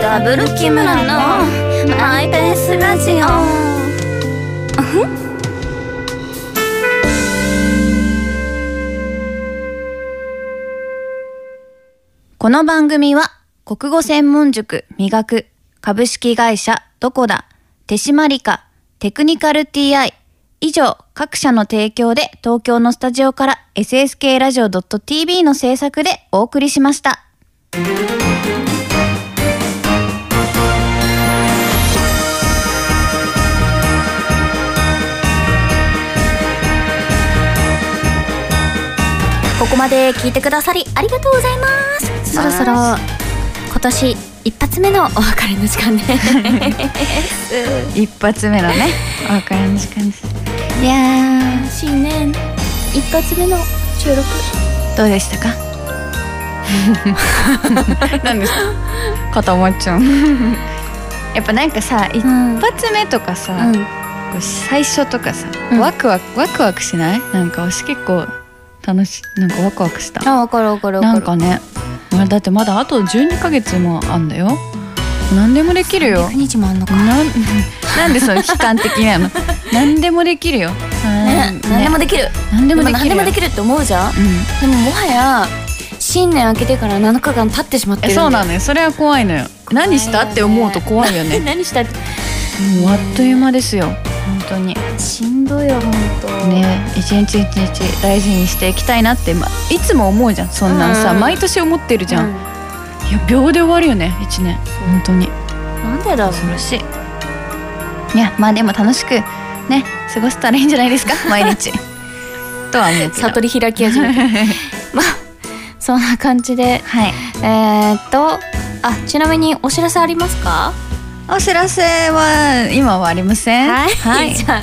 Speaker 3: ダブル木村のマイペースラジオ。
Speaker 4: この番組は国語専門塾磨く株式会社どこだ手締まりかテクニカル TI 以上各社の提供で東京のスタジオから SSK ラジオ .tv の制作でお送りしました。
Speaker 3: ここまで聞いてくださりありがとうございます。そろそろ今年一発目のお別れの時間で、
Speaker 4: 一発目のね、お別れの時間です。
Speaker 3: いやー新年一発目の収録
Speaker 4: どうでした か何ですか固まっちゃ うやっぱなんかさ一
Speaker 3: うん
Speaker 4: 発目とかさ、
Speaker 3: うん
Speaker 4: こう最初とかさ、
Speaker 3: うん
Speaker 4: ワクワクワクワクしないなんか私結構楽しいなんかワクワクした
Speaker 3: あ分かる分かる分かる
Speaker 4: なんかねまあだってまだあと12ヶ月もあんだよ何でもできるよ
Speaker 3: 何日もあんのか
Speaker 4: なんなんでその悲観的な の何でもできるよ
Speaker 3: ね何でもできる
Speaker 4: 何で
Speaker 3: で
Speaker 4: も
Speaker 3: も
Speaker 4: でき
Speaker 3: 何
Speaker 4: る
Speaker 3: で
Speaker 4: よ
Speaker 3: もできるって思うじゃん
Speaker 4: うん
Speaker 3: でももはや新年明けてから7日間経ってしまって
Speaker 4: え
Speaker 3: るんだよ
Speaker 4: そうなのよそれは怖いのよ何したって思うと怖いよね
Speaker 3: 何したって
Speaker 4: もうあっという間ですよ本当に
Speaker 3: しんどいよほんと
Speaker 4: ね一日一日大事にしていきたいなって、ま、いつも思うじゃんそんなんさ、
Speaker 3: うんうん
Speaker 4: 毎年思ってるじゃん、
Speaker 3: う
Speaker 4: いや秒で終わるよね一年本当に
Speaker 3: なんでだろう
Speaker 4: 恐ろしいいやまあでも楽しくね過ごせたらいいんじゃないですか毎 日とは思うけど
Speaker 3: 悟り開き始めて まあそんな感じで
Speaker 4: はい
Speaker 3: えー、っとあちなみにお知らせありますか
Speaker 4: お知らせは今はありません
Speaker 3: はい、じゃあ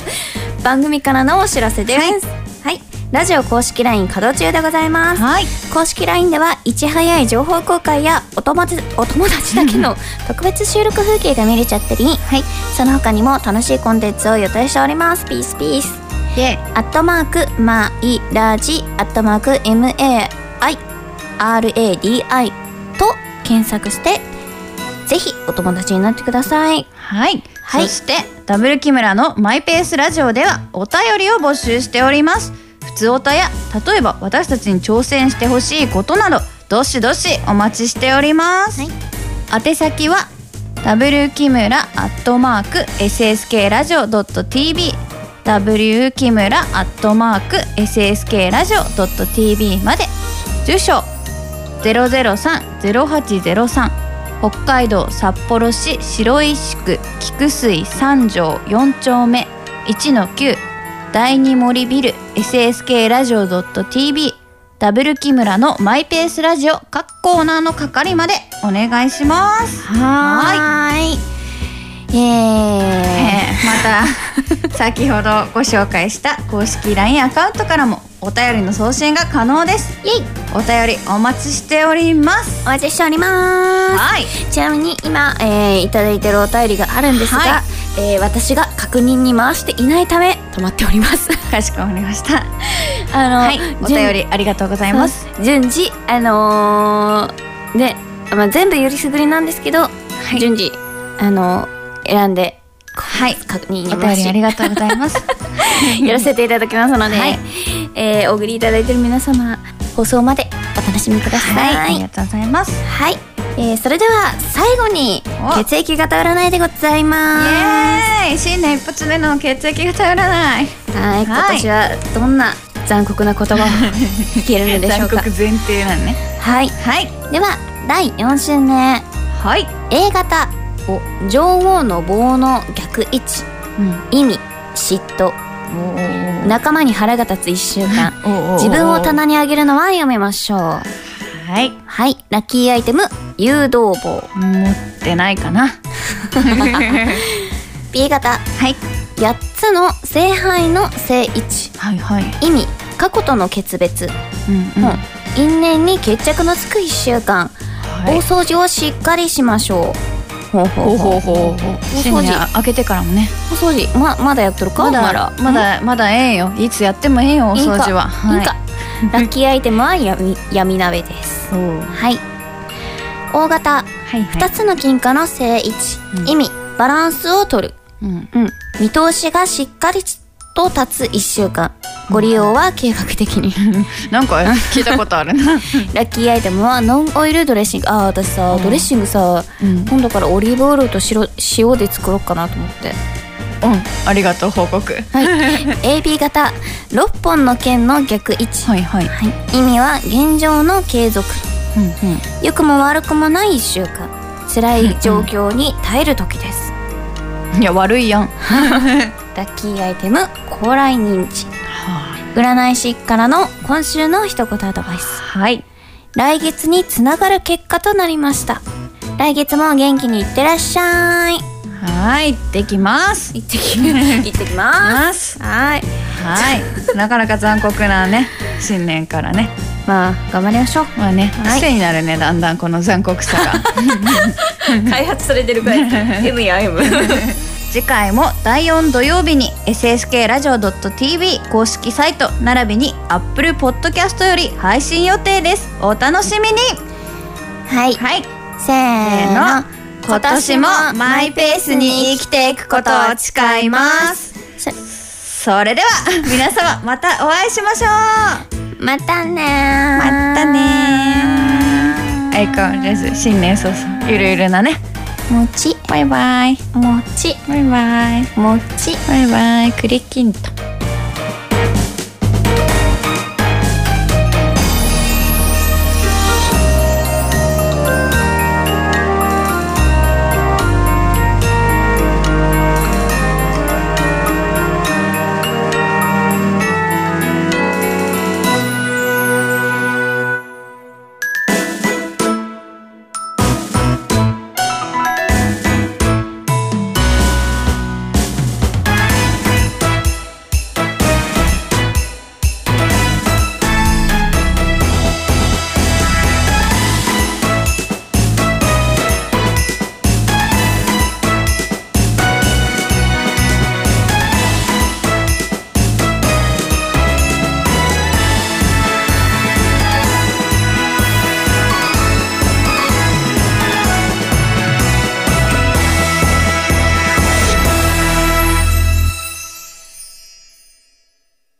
Speaker 3: 番組からのお知らせですはい、ラジオ公式 LINE 稼働中でございます、公式 LINE ではいち早い情報公開やお友達お友達だけの特別収録風景が見れちゃったり、はい、その他にも楽しいコンテンツを予定しておりますピースピース
Speaker 4: で
Speaker 3: アットマークマイラジアットマーク MAIRADI と検索してぜひお友達になってください
Speaker 4: はい、
Speaker 3: はい
Speaker 4: そしてダブル木村のマイペースラジオではお便りを募集しております普通おたや例えば私たちに挑戦してほしいことなどどしどしお待ちしております、宛先は w 木村アットマーク SSK ラジオ .tv w 木村アットマーク SSK ラジオ .tv まで住所003-0803北海道札幌市白石区菊水三条四丁目1の9第二森ビル SSK ラジオ .tv ダブル木村のマイペースラジオ各コーナーの係までお願いします。
Speaker 3: はーい
Speaker 4: えー
Speaker 3: え
Speaker 4: また先ほどご紹介した公式 LINE アカウントからもお便りの送信が可能です。
Speaker 3: イエイ
Speaker 4: お便りお待ちしております。
Speaker 3: お待ちしております
Speaker 4: はい。
Speaker 3: ちなみに今、えー、いただいてるお便りがあるんですが、
Speaker 4: は
Speaker 3: えー私が確認に回していないため止まっております
Speaker 4: かしこまりました。
Speaker 3: あの、
Speaker 4: はい、お
Speaker 3: 順
Speaker 4: 便りありがとうございます。
Speaker 3: 順次あのー、ね、まあ、全部よりすぐりなんですけど、順次あのー、選んで
Speaker 4: はい、
Speaker 3: 確認に
Speaker 4: お便
Speaker 3: 回
Speaker 4: り
Speaker 3: し
Speaker 4: ありがとうござ います。
Speaker 3: やらせていただきますので、
Speaker 4: はい
Speaker 3: えー、お送りいただいてる皆様放送までお楽しみください
Speaker 4: はい、ありがとうございます。
Speaker 3: はい、えー、それでは最後に
Speaker 4: お
Speaker 3: 血液型占いでござい
Speaker 4: イ
Speaker 3: ます
Speaker 4: エーイ、新年一発目の血液型占い。
Speaker 3: はい今年はどんな残酷な 言葉をいけるのでしょうか
Speaker 4: 前提なんね。
Speaker 3: はい
Speaker 4: はい、
Speaker 3: では第4週目
Speaker 4: はい、
Speaker 3: A 型を女王の棒の逆位置、意味嫉妬仲間に腹が立つ1週 間自分を棚に上げるのはやめましょう
Speaker 4: はい、
Speaker 3: はいラッキーアイテム誘導棒
Speaker 4: 持ってないかな。
Speaker 3: B 型
Speaker 4: はい、
Speaker 3: 8つの正牌の正位置
Speaker 4: はい、はい、
Speaker 3: 意味過去との決別
Speaker 4: うん、
Speaker 3: もう因縁に決着のつく1週間、大掃除をしっかりしましょうほうほうほう
Speaker 4: ほう新
Speaker 3: 掃除
Speaker 4: 年明けてからもね。
Speaker 3: 大掃除ままだやっとるか
Speaker 4: ま
Speaker 3: お前
Speaker 4: だ
Speaker 3: ら、
Speaker 4: まだ、まだええよ。いつやってもええよ、お掃除は。
Speaker 3: いいか。ラッキーアイテムは闇闇鍋です。はい。大型、
Speaker 4: はい、はい
Speaker 3: 2つの金貨の正位置、意味、バランスを取る。
Speaker 4: うん、
Speaker 3: うん。見通しがしっかりと立つ1週間。ご利用は計画的に。
Speaker 4: なんか聞いたことあるな。
Speaker 3: ラッキーアイテムはノンオイルドレッシング。ああ、私さ、ドレッシングさ、
Speaker 4: うん
Speaker 3: 今度からオリーブオイルと白塩で作ろうかなと思って。
Speaker 4: うん、ありがとう報告。は
Speaker 3: AB 型、6本の剣の逆位置。
Speaker 4: いはい。
Speaker 3: はい、意味は現状の継続良、くも悪くもない1週間辛い状況に耐える時です、
Speaker 4: いや悪いやん。
Speaker 3: ラッキーアイテム高麗人参占い師からの今週の一言アドバイス
Speaker 4: はい。
Speaker 3: 来月につながる結果となりました来月も元気にいってらっしゃい
Speaker 4: はい、できます。
Speaker 3: 行ってき 行ってきま
Speaker 4: ます。
Speaker 3: すはい
Speaker 4: はい。なかなか残酷なね、新年からね。
Speaker 3: まあ頑張りましょう
Speaker 4: まあね、
Speaker 3: はい
Speaker 4: 癖になるね、だんだんこの残酷さが。
Speaker 3: 開発されてる ぐらい M や M
Speaker 4: 次回も第4土曜日に SSK ラジオ .tv 公式サイト並びに Apple Podcast より配信予定です。お楽しみに
Speaker 3: はい
Speaker 4: はい。
Speaker 3: せーの
Speaker 4: 今年もマイペースに生きていくことを誓います。それでは皆様またお会いしましょう。
Speaker 3: またね
Speaker 4: またねー。相変わらず新年早々ゆるゆるなね。
Speaker 3: もち
Speaker 4: バイバイ。
Speaker 3: もち
Speaker 4: バイバイ。
Speaker 3: もち
Speaker 4: バイバイ。クリキントン。